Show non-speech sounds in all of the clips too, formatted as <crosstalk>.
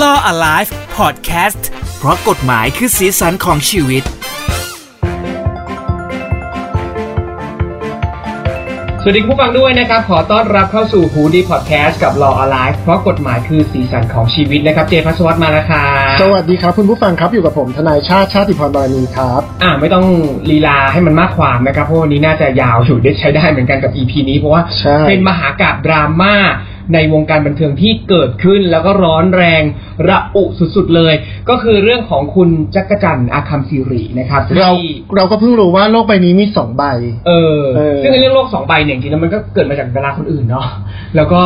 Law Alive Podcast เพราะกฎหมายคือสีสันของชีวิต สวัสดีผู้ฟังด้วยนะครับ ขอต้อนรับเข้าสู่ฮูดี้พอดแคสต์กับ Law Alive เพราะกฎหมายคือสีสันของชีวิตนะครับ เจพัสวัตมาแล้วครับ สวัสดีครับ คุณผู้ฟังครับอยู่กับผมทนายชาติชาติพรบารมีครับ อ่าไม่ต้องลีลาให้มันมากความนะครับ เพราะวันนี้น่าจะยาวอยู่ได้ใช้ได้เหมือนกันกับ EP นี้ เพราะว่า ใช่ เป็นมหากาบดราม่าในวงการบันเทิงที่เกิดขึ้น แล้วก็ร้อนแรงระอุสุดๆเลย ก็คือเรื่องของคุณจักรจันทร์อาคัมศิรินะครับ เรา ที่ เราก็เพิ่งรู้ว่าโลกใบนี้มีสองใบ เออ เออ ซึ่งไอ้เรื่องโลกสองใบเนี่ยจริงๆแล้วมันก็เกิดมาจากดาราคนอื่นเนาะ แล้วก็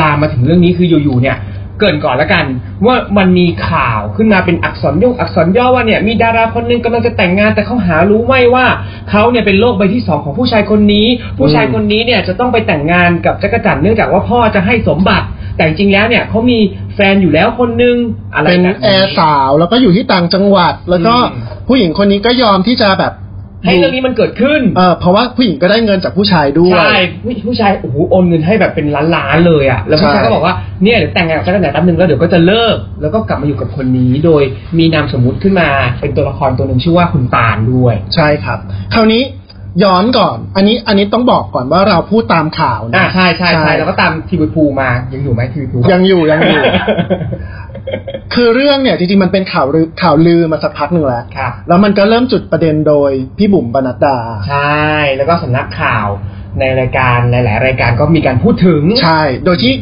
ลามมาถึงเรื่องนี้คืออยู่ๆเนี่ย เกรินก่อนละกัน ว่ามันมีข่าวขึ้นมาเป็นอักษรย่งอักษรย่อว่าเนี่ยมีดาราคนหนึงกำลังจะแต่งงานแต่เขาหารู้ไม่ว่าเขาเนี่ยเป็นโรคใบที่สองของผู้ชายคนนี้ ผู้ชายคนนี้เนี่ยจะต้องไปแต่งงานกับจักรจันทร์เนื่องจากว่าพ่อจะให้สมบัติ แต่จริงๆแล้วเนี่ยเขามีแฟนอยู่แล้วคนหนึงอะไร เป็น แบบ แอ นี้ ร์สาวแล้วก็อยู่ที่ต่างจังหวัด แล้วก็ อืม ผู้หญิงคนนี้ก็ยอมที่จะแบบ ให้เรื่องนี้มันเกิดขึ้น เออเพราะว่าผู้หญิงก็ได้เงินจากผู้ชายด้วย ใช่ผู้ผู้ชายโอ้โหโอนเงินให้แบบเป็นล้านล้านๆเลยอะ่ะแล้วผู้ชาย ใช่ ก็บอกว่าเนี่ยเดี๋ยวแต่งงานกับฉันกันแต่แป๊บนึงแล้วเดี๋ยวก็จะเลิก แล้วก็กลับมาอยู่กับคนนี้โดยมีนามสมมุติขึ้นมาเป็นตัวละครตัวหนึ่งชื่อว่าคุณตาลด้วย ใช่ครับ คราวนี้ย้อนก่อน อันนี้อันนี้ต้องบอกก่อนว่าเราพูดตามข่าว อ่า นะ ใช่ใช่ ใช่ ใช่แล้วก็ตามทีวีภูมายังอยู่ไหมทีวีภู ยังอยู่ยังอยู่ <laughs> คือเรื่องเนี่ยจริงๆมันเป็นข่าวลือข่าวลือมาสักพักหนึ่งแล้ว ครับ แล้วมันก็เริ่มจุดประเด็นโดยพี่บุ๋มปนัดดา ใช่แล้วก็สำนักข่าวในรายการหลาย ๆ รายการก็มีการพูดถึง ใช่ โดยที่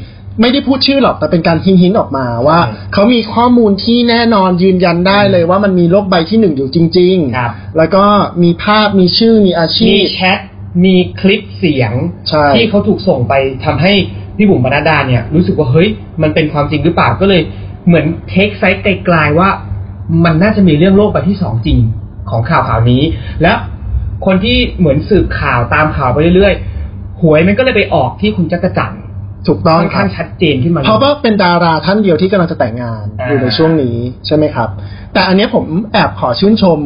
ไม่ได้พูดชื่อหรอก แต่เป็นการหินหินๆออกมาว่า ใช่ เขามีข้อมูลที่แน่นอนยืนยันได้เลยว่ามันมีโรคใบที่หนึ่งอยู่จริง ครับ แล้วก็มีภาพมีชื่อมีอาชี มี พ แชทมีคลิปเสียง ใช่ ที่เขาถูกส่งไปทำให้พี่บุ๋มปนัดดาเนี่ย รู้สึกว่าเฮ้ยมันเป็นความจริงหรือเปล่าก็เลยเหมือนเทคไซต์ไกลๆว่า มันน่าจะมีเรื่องโลกใบที่สองจริงของข่าวข่าวนี้ แล้วคนที่เหมือนสืบข่าวตามข่าวไปเรื่อยๆหวยมันก็เลยไปออกที่คุณจักรจันทร์ ถูกต้อง ค่อน ครั ข้า บ งชัดเจนขึ้นมาลย เพราะว่าเป็นดาราท่านเดียวที่กำลังจะแต่งงาน อ่า อยู่ในช่วงนี้ใช่ไหมครับ แต่อันเนี้ยผมแอบขอชื่นชม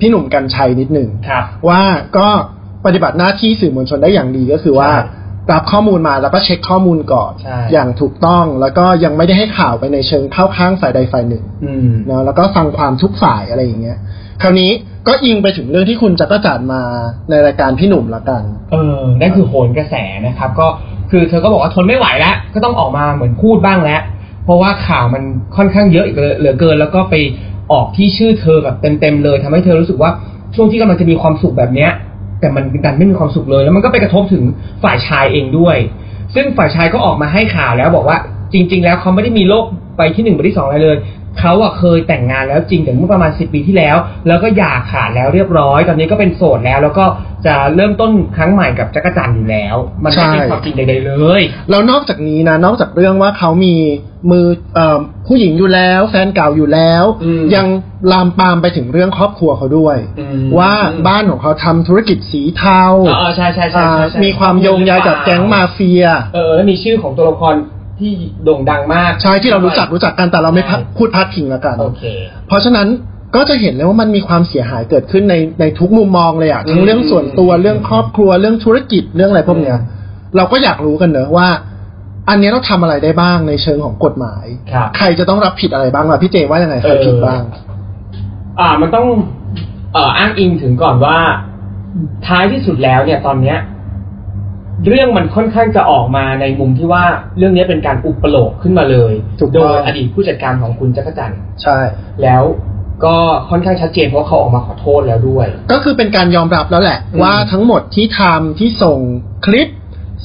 พี่หนุ่มกัญชัยนิดหนึ่ง ครับ ว่าก็ปฏิบัติหน้าที่สื่อมวลชนได้อย่างดีก็คือว่า ใช่ รับข้อมูลมาแล้วก็เช็คข้อมูลก่อน ใช่ อย่างถูกต้องแล้วก็ยังไม่ได้ให้ข่าวไปในเชิงเข้าข้างฝ่ายใดฝ่ายหนึ่ง อืม เนอะแล้วก็ฟังความทุกฝ่ายอะไรอย่างเงี้ย คราวนี้ก็อิงไปถึงเรื่องที่คุณจักรจันทร์มาในรายการพี่หนุ่มละกัน เออ นั่นคือโหนกระแสนะครับ ก็คือเธอก็บอกว่าทนไม่ไหวแล้ว ก็ต้องออกมาเหมือนพูดบ้างแล้ว เพราะว่าข่าวมันค่อนข้างเยอะอีกเหลือเกิน แล้วก็ไปออกที่ชื่อเธอแบบเต็มๆเลยทำให้เธอรู้สึกว่าช่วงที่กำลังจะมีความสุขแบบเนี้ย แต่มันดันไม่มีความสุขเลย แล้วมันก็ไปกระทบถึงฝ่ายชายเองด้วย ซึ่งฝ่ายชายก็ออกมาให้ข่าวแล้วบอกว่าจริง ๆ แล้วเขาไม่ได้มีโรคใบที่หนึ่งใบที่สองอะไรเลย เขาอะเคยแต่งงานแล้วจริงแต่เมื่อประมาณสิปีที่แล้ว แล้วก็หย่าขาดแล้วเรียบร้อย ตอนนี้ก็เป็นโสดแล้ว แล้วก็จะเริ่มต้นครั้งใหม่กับจักรจันทร์อยู่แล้ว มันไม่เป็น ใช่ ความจริงใดๆเลย แล้วนอกจากนี้นะนอกจากเรื่องว่าเขามีมือเอ่อผู้หญิงอยู่แล้ว แฟนเก่าอยู่แล้ว อืม ยังลามปามไปถึงเรื่องครอบครัวเขาด้วย ว่าบ้านของเขาทำธุรกิจสีเทา เออใช่ใช่ใช่ อ่า ใช่ใช่ มีความโยงใยกับแก๊งมาเฟีย เออแล้วมีชื่อของตัวละครที่โด่งดังมาก ใช่ที่เรารู้จักรู้จักกันแต่เราไม่พะ ใช่ พูดพัดพิงแล้วกัน โอเค เพราะฉะนั้นก็จะเห็นเลยว่ามันมีความเสียหายเกิดขึ้นในในทุกมุมมองเลยอะทั้งเรื่องส่วนตัว อืม เรื่องครอบครัวเรื่องธุรกิจเรื่องอะไรพวกเนี้ย อืม เราก็อยากรู้กันเนอะว่า อันเนี้ยเราทำอะไรได้บ้างในเชิงของกฎหมาย ครับ ใครจะต้องรับผิดอะไรบ้างล่ะพี่เจว่ายังไงใครผิดบ้าง อ่ามันต้องเอ่ออ้างอิงถึงก่อนว่าท้ายที่สุดแล้วเนี่ยตอนเนี้ย เรื่องมันค่อนข้างจะออกมาในมุมที่ว่าเรื่องนี้เป็นการอุปโลกขึ้นมาเลย ถูกต้ โด อง ยอดีตผู้จัดการของคุณจักรจันทร์ ใช่ แล้วก็ค่อนข้างชัดเจนเพราะเขาออกมาขอโทษแล้วด้วย ก็คือเป็นการยอมรับแล้วแหละ อืม ว่าทั้งหมดที่ทำที่ส่งคลิป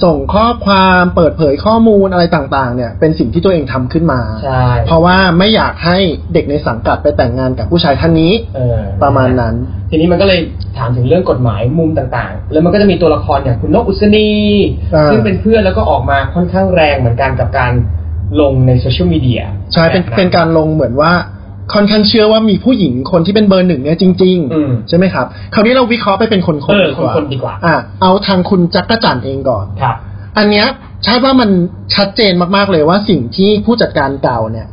ส่งข้อความเปิดเผยข้อมูลอะไรต่างๆ เนี่ย เป็นสิ่งที่ตัวเองทำขึ้นมา ใช่ เพราะว่าไม่อยากให้เด็กในสังกัดไปแต่งงานกับผู้ชายท่านนี้ เออ ประมาณนั้น ทีนี้มันก็เลยถามถึงเรื่องกฎหมายมุมต่างๆ แล้วมันก็จะมีตัวละครอย่างคุณนกอุศนี อ่า ซึ่งเป็นเพื่อนแล้วก็ออกมาค่อนข้างแรงเหมือนกันกับการลงในโซเชียลมีเดีย ใช่เป็นเป็นการลงเหมือนว่าค่อนข้างเชื่อว่ามีผู้หญิงคนที่เป็นเบอร์หนึ่งเนี่ยจริง อืม ใช่ไหมครับคราวนี้เราวิเคราะห์ไปเป็นคน เออๆดีกว่า คนๆดีกว่า อ่ะเอาทางคุณจักรจันทร์เองก่อน ครับ อันเนี้ยชาติว่ามันชัดเจนมากๆเลยว่าสิ่งที่ผู้จัดการเก่าเนี่ย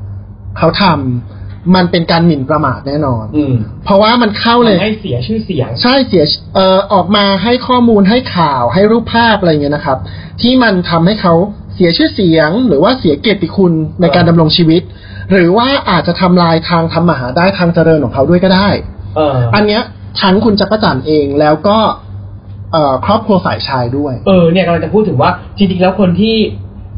เขาทำมันเป็นการหมิ่นประมาทแน่นอน อืม เพราะว่ามันเข้าเลย ทำให้เสียชื่อเสียง ใช่เสียเอ่อออกมาให้ข้อมูลให้ข่าวให้รูปภาพอะไรเงี้ยนะครับ ที่มันทำให้เขา เสียชื่อเสียง หรือว่าเสียเกียรติคุณในการดำรงชีวิต หรือว่าอาจจะทำลายทางทำมาหาได้ทางเจริญของเขาด้วยก็ได้ เออ อันเนี้ยทั้งคุณจักรจันทร์เองแล้วก็เอ่อครอบครัวฝ่ายชายด้วย เออเนี่ยกำลังจะพูดถึงว่าจริงๆแล้วคนที่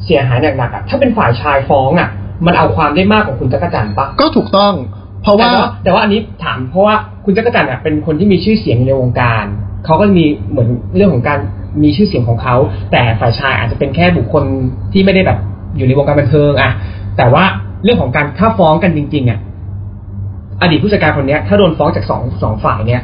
เสียหายหนักๆอ่ะถ้าเป็นฝ่ายชายฟ้องอ่ะ มันเอาความได้มากกว่าคุณจักรจันทร์ปะ ก็ถูกต้อง เพราะว่า แต่แต่ว่าอันนี้ถามเพราะว่าคุณจักรจันทร์อะเป็นคนที่มีชื่อเสียงในวงการ เขาก็มีเหมือนเรื่องของการมีชื่อเสียงของเขา แต่ฝ่ายชายอาจจะเป็นแค่บุคคลที่ไม่ได้แบบอยู่ในวงการบันเทิงอะแต่ว่าเรื่องของการถ้าฟ้องกันจริง ๆอะอดีตผู้จัดการคนเนี้ย ถ้าโดนฟ้องจากสองสองฝ่ายเนี่ย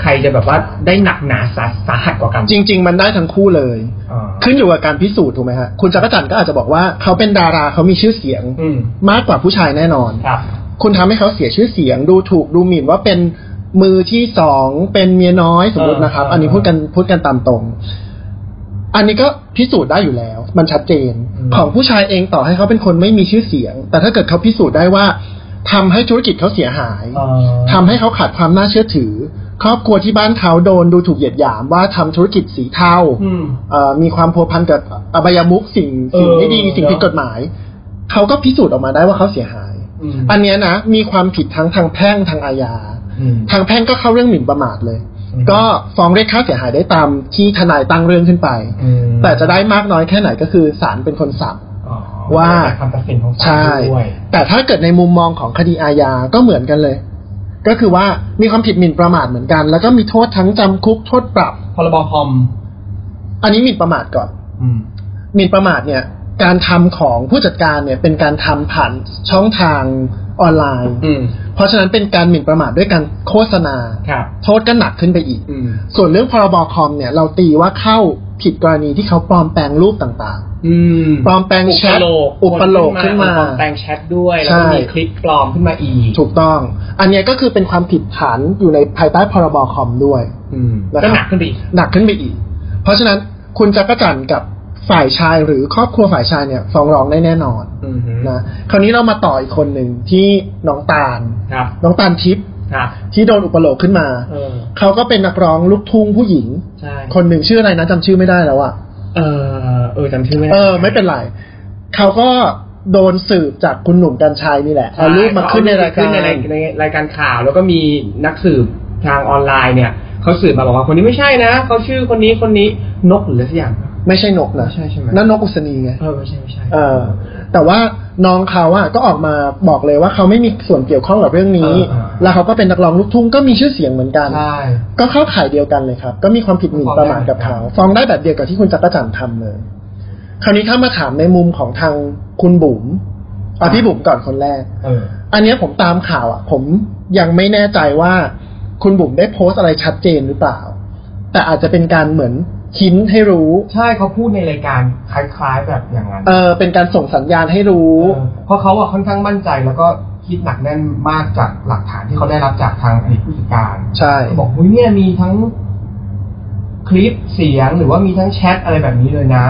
ใครจะแบบว่าได้หนักหนาสาสาหัสกว่ากัน จริง ๆ มันได้ทั้งคู่เลย อ่า ขึ้นอยู่กับการพิสูจน์ถูกไหมฮะคุณจักรจันทร์ก็อาจจะบอกว่าเขาเป็นดาราเขามีชื่อเสียง อืม มากกว่าผู้ชายแน่นอน ครับ คุณทำให้เขาเสียชื่อเสียง ดูถูกดูหมิ่นว่าเป็นมือที่สองเป็นเมียน้อยสมมตินะครับ เออเออ อันนี้พูดกันพูดกันตามตรง อันนี้ก็พิสูจน์ได้อยู่แล้ว มันชัดเจน ของผู้ชายเองต่อให้เขาเป็นคนไม่มีชื่อเสียง แต่ถ้าเกิดเขาพิสูจน์ได้ว่าทำให้ธุรกิจเขาเสียหาย เอ่อ ทำให้เขาขาดความน่าเชื่อถือ ครอบครัวที่บ้านเขาโดนดูถูกเหยียดหยามว่าทำธุรกิจสีเทา อืม เอ่อมีความพัวพันกับอบายมุขสิ่งสิ่ง เออ ไม่ดีสิ่งผิด เนอะ กฎหมาย เขาก็พิสูจน์ออกมาได้ว่าเขาเสียหาย อืม อันเนี้ยนะ มีความผิดทั้งทางแพ่งทางอาญา อืม ทางแพ่งก็เข้าเรื่องหมิ่นประมาทเลย อืม ก็ฟ้องเรียกค่าเสียหายได้ตามที่ทนายตั้งเรื่องขึ้นไป อืม แต่จะได้มากน้อยแค่ไหนก็คือศาลเป็นคนสั่ง อ๋อ ว่า คำตัดสินของศา ใช่ ลด้วย แต่ถ้าเกิดในมุมมองของคดีอาญาก็เหมือนกันเลย ก็คือว่ามีความผิดหมิ่นประมาทเหมือนกัน แล้วก็มีโทษทั้งจำคุกโทษปรับ พรบคอม อันนี้หมิ่นประมาทก่อน อืม หมิ่นประมาทเนี่ย การทำของผู้จัดการเนี่ยเป็นการทำผ่านช่องทางออนไลน์ อืม เพราะฉะนั้นเป็นการหมิ่นประมาทด้วยการโฆษณา ครับ โทษก็หนักขึ้นไปอีก อืม ส่วนเรื่องพรบคอมเนี่ยเราตีว่าเข้าผิดกรณีที่เขาปลอมแปลงรูปต่าง อืม ๆ ปลอมแปลงแชทอุปโลกน์ขึ้นมา ปลอมแปลงแชทด้วย แล้วก็ ใช่ มีคลิปปลอมขึ้นมาอีก ถูกต้อง อันเนี้ยก็คือเป็นความผิดฐานอยู่ในภายใต้พรบคอมด้วย อืม นะครับ ก็หนักขึ้นไปอีก หนักขึ้นไปอีก เพราะฉะนั้นคุณจักรจันทร์กับฝ่ายชายหรือครอบครัวฝ่ายชายเนี่ยฟ้องร้องได้แน่นอน อืม นะ คราวนี้เรามาต่ออีกคนหนึ่งที่น้องตาล ครับ น้องตาลทิพย์ ครับ ที่โดนอุปโลกน์ขึ้นมา เออ เขาก็เป็นนักร้องลูกทุ่งผู้หญิง ใช่ คนหนึ่งชื่ออะไรนะจำชื่อไม่ได้แล้วอะ เออ เออจำชื่อไม่ได้ เออ ไม่เป็นไร เขาก็โดนสืบจากคุณหนุ่มกัญชัยนี่แหละ ใช่ เอารูปมาขึ้นในรายกา ขึ้นใน ร ในรายการข่าว แล้วก็มีนักสืบทางออนไลน์เนี่ย เขาสืบมาบอกว่าคนนี้ไม่ใช่นะ เขาชื่อคนนี้คนนี้ นกหรืออะไรสักอย่าง ไม่ใช่นกนะ ไม่ใช่ใช่ไหม นั่นนกอุศนีไง เออ ไม่ใช่ ไม่ใช่ เออแต่ว่าน้องเขาอะก็ออกมาบอกเลยว่าเขาไม่มีส่วนเกี่ยวข้องกับเรื่องนี้ เออเออ แล้วเขาก็เป็นนักร้องลูกทุ่งก็มีชื่อเสียงเหมือนกัน ใช่ ก็เข้าข่ายเดียวกันเลยครับ ก็มีความผิดหมิ่นประมาทกับเขาฟ้องได้แบบเดียวกับที่คุณจักรจันทร์ทำเลย คราวนี้ถ้ามาถามในมุมของทางคุณบุ๋ม ครั เอา บ พี่บุ๋มก่อนคนแรก เออ อันเนี้ยผมตามข่าวอะผมยังไม่แน่ใจว่า คุณบุ๋มได้โพสต์อะไรชัดเจนหรือเปล่า แต่อาจจะเป็นการเหมือนหินให้รู้ ใช่เขาพูดในรายการคล้าย ๆ แบบอย่างนั้น เออเป็นการส่งสัญญาณให้รู้ เพราะเขาอะค่อนข้างมั่นใจแล้วก็คิดหนักแน่นมากจากหลักฐานที่เขาได้รับจากทางอดีตผู้จัดการ ใช่ เขาบอกเฮ้ยเนี่ยมีทั้งคลิปเสียงหรือว่ามีทั้งแชทอะไรแบบนี้เลยนะ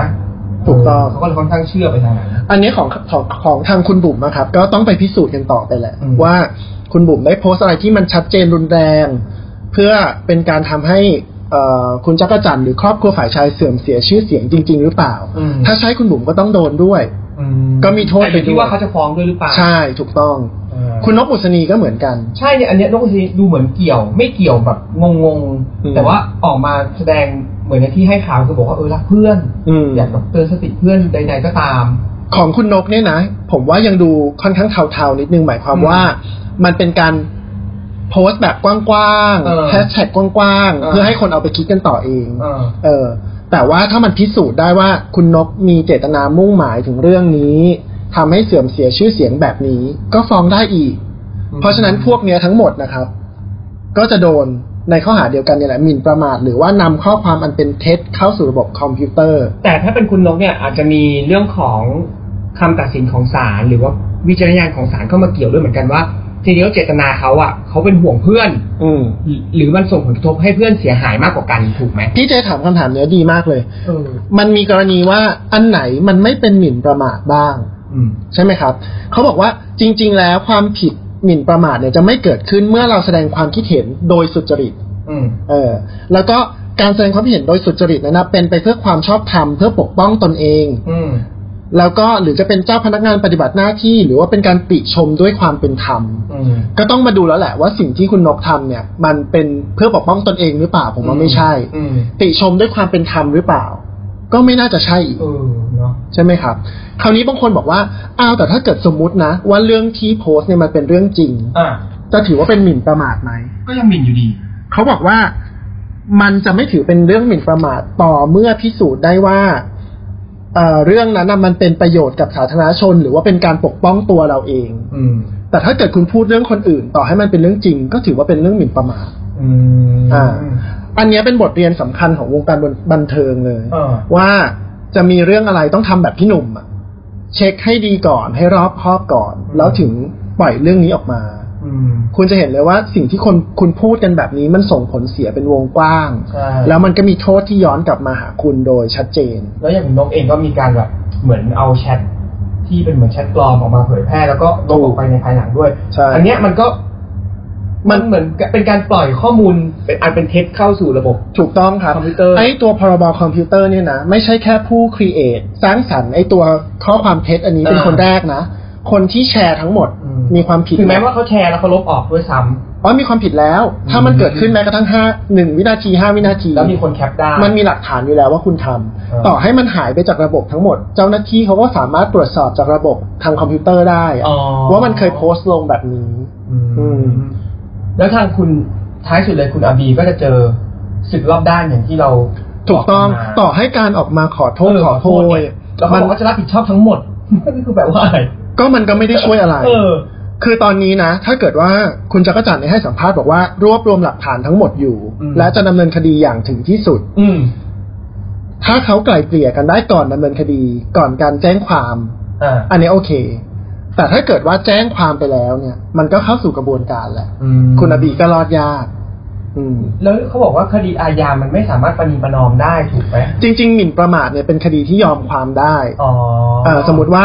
ถูกต้อง เขาก็เลยค่อนข้างเชื่อไปทางนั้น อันนี้ของของของทางคุณบุ๋มนะครับ ก็ต้องไปพิสูจน์กันต่อไปแหละ อืม ว่าคุณบุ๋มได้โพสต์อะไรที่มันชัดเจนรุนแรง เพื่อเป็นการทำให้เอ่อคุณจักรจันทร์หรือครอบครัวฝ่ายชายเสื่อมเสียชื่อเสียงจริง ๆ หรือเปล่า อืม ถ้าใช้คุณบุ๋มก็ต้องโดนด้วย อื ก็มีโทษ แต่อยู่ ไปด้ว ที่ ย ว่าเขาจะฟ้องด้วยหรือเปล่า ใช่ถูกต้อง เออ คุณนกอุศนีก็เหมือนกัน ใช่เนี่ยอันเนี้ยนกอุศนีดูเหมือนเกี่ยว ไม่เกี่ยวแบบงง อืม ๆแต่ว่าออกมาแสดงเหมือนในที่ให้ข่าวคือบอกว่าเออรักเพื่อน อืม อยากแบบเตือนสติเพื่อนใดๆก็ตาม ของคุณนกเนี่ยนะ ผมว่ายังดูค่อนข้างเทาๆนิดนึงหมายความ อืม ว่า มันเป็นการโพสต์แบบกว้าง เออ ๆแฮชแท็กกว้าง เอ ๆ อ เพื่อให้คนเอาไปคิดกันต่อเอง เออ เออแต่ว่าถ้ามันพิสูจน์ได้ว่าคุณนกมีเจตนามุ่งหมายถึงเรื่องนี้ทำให้เสื่อมเสียชื่อเสียงแบบนี้ ก็ฟ้องได้อีก อืม เพราะฉะนั้นพวกเนี้ยทั้งหมดนะครับ ก็จะโดนในข้อหาเดียวกันเนี่ยแหละหมิ่นประมาทหรือว่านำข้อความอันเป็นเท็จเข้าสู่ระบบคอมพิวเตอร์ แต่ถ้าเป็นคุณนกเนี่ยอาจจะมีเรื่องของคำตัดสินของศาลหรือว่าวิจารณญาณของศาลเข้ามาเกี่ยวด้วยเหมือนกันว่าทีนี้เจตนาเขาอ่ะเขาเป็นห่วงเพื่อน อืม หรือมันส่งผลกระทบให้เพื่อนเสียหายมากกว่ากันถูกไหม พี่เจถามคำถามเนี้ยดีมากเลย เออ มันมีกรณีว่าอันไหนมันไม่เป็นหมิ่นประมาทบ้าง อืม ใช่ไหมครับ เขาบอกว่าจริง ๆ แล้วความผิดหมิ่นประมาทเนี่ยจะไม่เกิดขึ้นเมื่อเราแสดงความคิดเห็นโดยสุจริต อืม เออแล้วก็การแสดงความคิดเห็นโดยสุจริตนั้นนะเป็นไปเพื่อความชอบธรรมเพื่อปกป้องตนเอง อืม แล้วก็หรือจะเป็นเจ้าพนักงานปฏิบัติหน้าที่ หรือว่าเป็นการติชมด้วยความเป็นธรรม อืม ก็ต้องมาดูแล้วแหละว่าสิ่งที่คุณนกทำเนี่ย มันเป็นเพื่อปกป้องตนเองหรือเปล่า ผมว่าไม่ใช่ อืม ติชมด้วยความเป็นธรรมหรือเปล่า ก็ไม่น่าจะใช่อีก เออเนาะ ใช่ไหมครับ คราวนี้บางคนบอกว่า อ้าวแต่ถ้าเกิดสมมุตินะ ว่าเรื่องที่โพสต์เนี่ยมันเป็นเรื่องจริง อ่ะ จะถือว่าเป็นหมิ่นประมาทไหม ก็ยังหมิ่นอยู่ดี เขาบอกว่ามันจะไม่ถือเป็นเรื่องหมิ่นประมาทต่อเมื่อพิสูจน์ได้ว่าเอ่อเรื่องนั้นนะมันเป็นประโยชน์กับสาธารณชน หรือว่าเป็นการปกป้องตัวเราเอง อืม แต่ถ้าเกิดคุณพูดเรื่องคนอื่น ต่อให้มันเป็นเรื่องจริง ก็ถือว่าเป็นเรื่องหมิ่นประมาท อืม อ่า อันเนี้ยเป็นบทเรียนสำคัญของวงการบันบันเทิงเลย เออ ว่าจะมีเรื่องอะไรต้องทำแบบพี่หนุ่มอะเช็คให้ดีก่อนให้รอบคอบก่อน อืม แล้วถึงปล่อยเรื่องนี้ออกมา อืม คุณจะเห็นเลยว่าสิ่งที่คนคุณพูดกันแบบนี้มันส่งผลเสียเป็นวงกว้าง ใช่ แล้วมันก็มีโทษที่ย้อนกลับมาหาคุณโดยชัดเจน แล้วอย่างนกเองก็มีการแบบเหมือนเอาแชทที่เป็นเหมือนแชทปลอมออกมาเผยแพร่แล้วก็ลบออกไปในภายหลังด้วย ใช่ อัเนี้ยมันก็มันเหมือนเป็นการปล่อยข้อมูลเป็นอันเป็นเท็จเข้าสู่ระบบ ถูกต้องครับ คอมพิวเตอร์ ไอ้ตัวพรบคอมพิวเตอร์เนี่ยนะ ไม่ใช่แค่ผู้ครีเอทสร้างสรรค์ไอ้ตัวข้อความเท็จอันนี้เป็นคนแรกนะ คนที่แชร์ทั้งหมดมีความผิด ถึงแม้ นะ ว่าเขาแชร์แล้วเขาลบออกด้วยซ้ำ อ๋อมีความผิดแล้ว ถ้ามัน อืม เกิดขึ้นแม้กระทั่งห้าหนึ่งวินาทีห้าวินาที แล้วมีคนแคปได้ มันมีหลักฐานอยู่แล้วว่าคุณทำ เออ ต่อให้มันหายไปจากระบบทั้งหมด เจ้าหน้าที่เขาก็สามารถตรวจสอบจากระบบทางคอมพิวเตอร์ได้อะ อ๋อ ว่ามันเคยโพสต์ลงแบบนี้ อืม อืม แล้วทางคุณท้ายสุดเลยคุณอาบีก็จะเจอสึกรอบด้านอย่างที่เรา ถูกต้อง บมา ต่อให้การออกมาขอโทษขอโพย แล้วเขา มัน บอกว่าจะรับผิดชอบทั้งหมด <laughs> นี่คือแบบว่าอะไร ก็มันก็ไม่ได้ช่วยอะไร เออ คือตอนนี้นะ ถ้าเกิดว่าคุณจักรจันทร์เนี่ยให้สัมภาษณ์บอกว่ารวบรวมหลักฐานทั้งหมดอยู่ อืม และจะดำเนินคดีอย่างถึงที่สุด อืม ถ้าเขาไกล่เกลี่ยกันได้ก่อนดำเนินคดี ก่อนการแจ้งความ อ่า อันนี้โอเค แต่ถ้าเกิดว่าแจ้งความไปแล้วเนี่ย มันก็เข้าสู่กระบวนการแหละ อืม คุณอบีก็รอดยาก อืม แล้วเขาบอกว่าคดีอาญามันไม่สามารถประนีประนอมได้ถูกไหม จริง ๆ หมิ่นประมาทเนี่ยเป็นคดีที่ยอมความได้ อ๋อ เอ่อสมมติว่า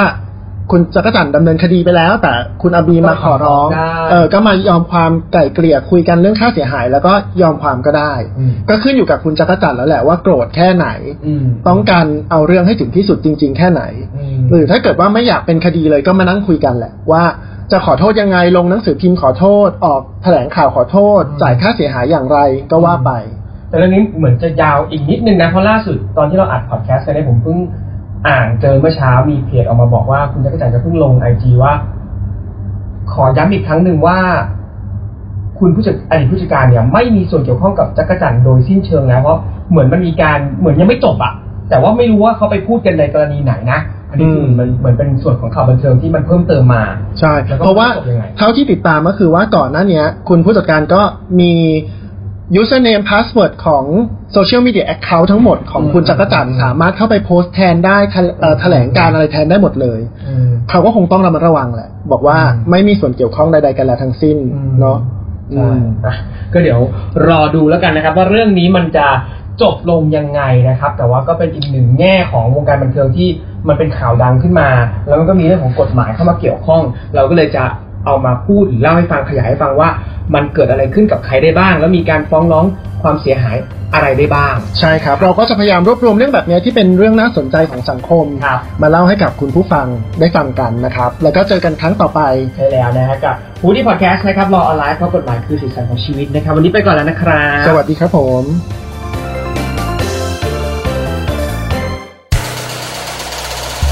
คุณจักรจันทร์ดำเนินคดีไปแล้ว แต่คุณอบีมาขอร้อง เออก็มายอมความไกล่เกลี่ยคุยกันเรื่องค่าเสียหาย แล้วก็ยอมความก็ได้ อืม ก็ขึ้นอยู่กับคุณจักรจันทร์แล้วแหละว่าโกรธแค่ไหน อืม ต้องการเอาเรื่องให้ถึงที่สุดจริง ๆ แค่ไหน อืม หรือถ้าเกิดว่าไม่อยากเป็นคดีเลยก็มานั่งคุยกันแหละ ว่าจะขอโทษยังไงลงหนังสือพิมพ์ขอโทษ ออกแถลงข่าวขอโทษ จ่ายค่าเสียหายอย่างไรก็ว่าไป แต่เรื่องนี้เหมือนจะยาวอีกนิดนึงนะเพราะล่าสุดตอนที่เราอัดพอดแคสต์กันเนี่ยผมเพิ่งอ่านเจอเมื่อเช้ามีเพจออกมาบอกว่า คุณจักรจันทร์ก็เพิ่งลงไอจีว่า ขอย้ำอีกครั้งหนึ่งว่า คุณผู้จัดอดีตผู้จัดการเนี่ย ไม่มีส่วนเกี่ยวข้องกับจักรจันทร์โดยสิ้นเชิงแล้วเพราะเหมือนมันมีการเหมือนยังไม่จบอะแต่ว่าไม่รู้ว่าเขาไปพูดกันในกรณีไหนนะอันนี้คือเหมันเหมือนเป็นส่วนของข่าวบันเทิงที่มันเพิ่มเติมมา ใช่ แล้วก็ เพราะว่า จบยังไง เท่าที่ติดตามก็คือว่าก่อนหน้าเนี้ย คุณผู้จัดการก็มี username password ของ social media account ทั้งหมดของคุณจักรจันทร์สามารถเข้าไปโพสต์แทนได้ทะเอ่อแถลงการอะไรแทนได้หมดเลย อืม เขาก็คงต้องระมัดระวังแหละ บอกว่า อืม ไม่มีส่วนเกี่ยวข้องใดๆกันแล้วทั้งสิ้นเนาะ ใช่ อืม อ่ะก็เดี๋ยวรอดูแล้วกันนะครับ ว่าเรื่องนี้มันจะจบลงยังไงนะครับ แต่ว่าก็เป็นอีกหนึ่งแง่ของวงการบันเทิงที่มันเป็นข่าวดังขึ้นมา แล้วมันก็มีเรื่องของกฎหมายเข้ามาเกี่ยวข้อง เราก็เลยจะเอามาพูดหรือเล่าให้ฟังขยายให้ฟังว่า มันเกิดอะไรขึ้นกับใครได้บ้าง แล้วมีการฟ้องร้องความเสียหายอะไรได้บ้าง ใช่ครับ เราก็จะพยายามรวบรวมเรื่องแบบเนี้ยที่เป็นเรื่องน่าสนใจของสังคม ครับ มาเล่าให้กับคุณผู้ฟังได้ฟังกันนะครับ แล้วก็เจอกันครั้งต่อไป ใช่แล้วนะฮะกับฮูดี้พอดแคสต์นะครับรอออนไลน์เพราะกฎหมายคือสีสันของชีวิตนะครับวันนี้ไปก่อนแล้วนะครับ สวัสดีครับผม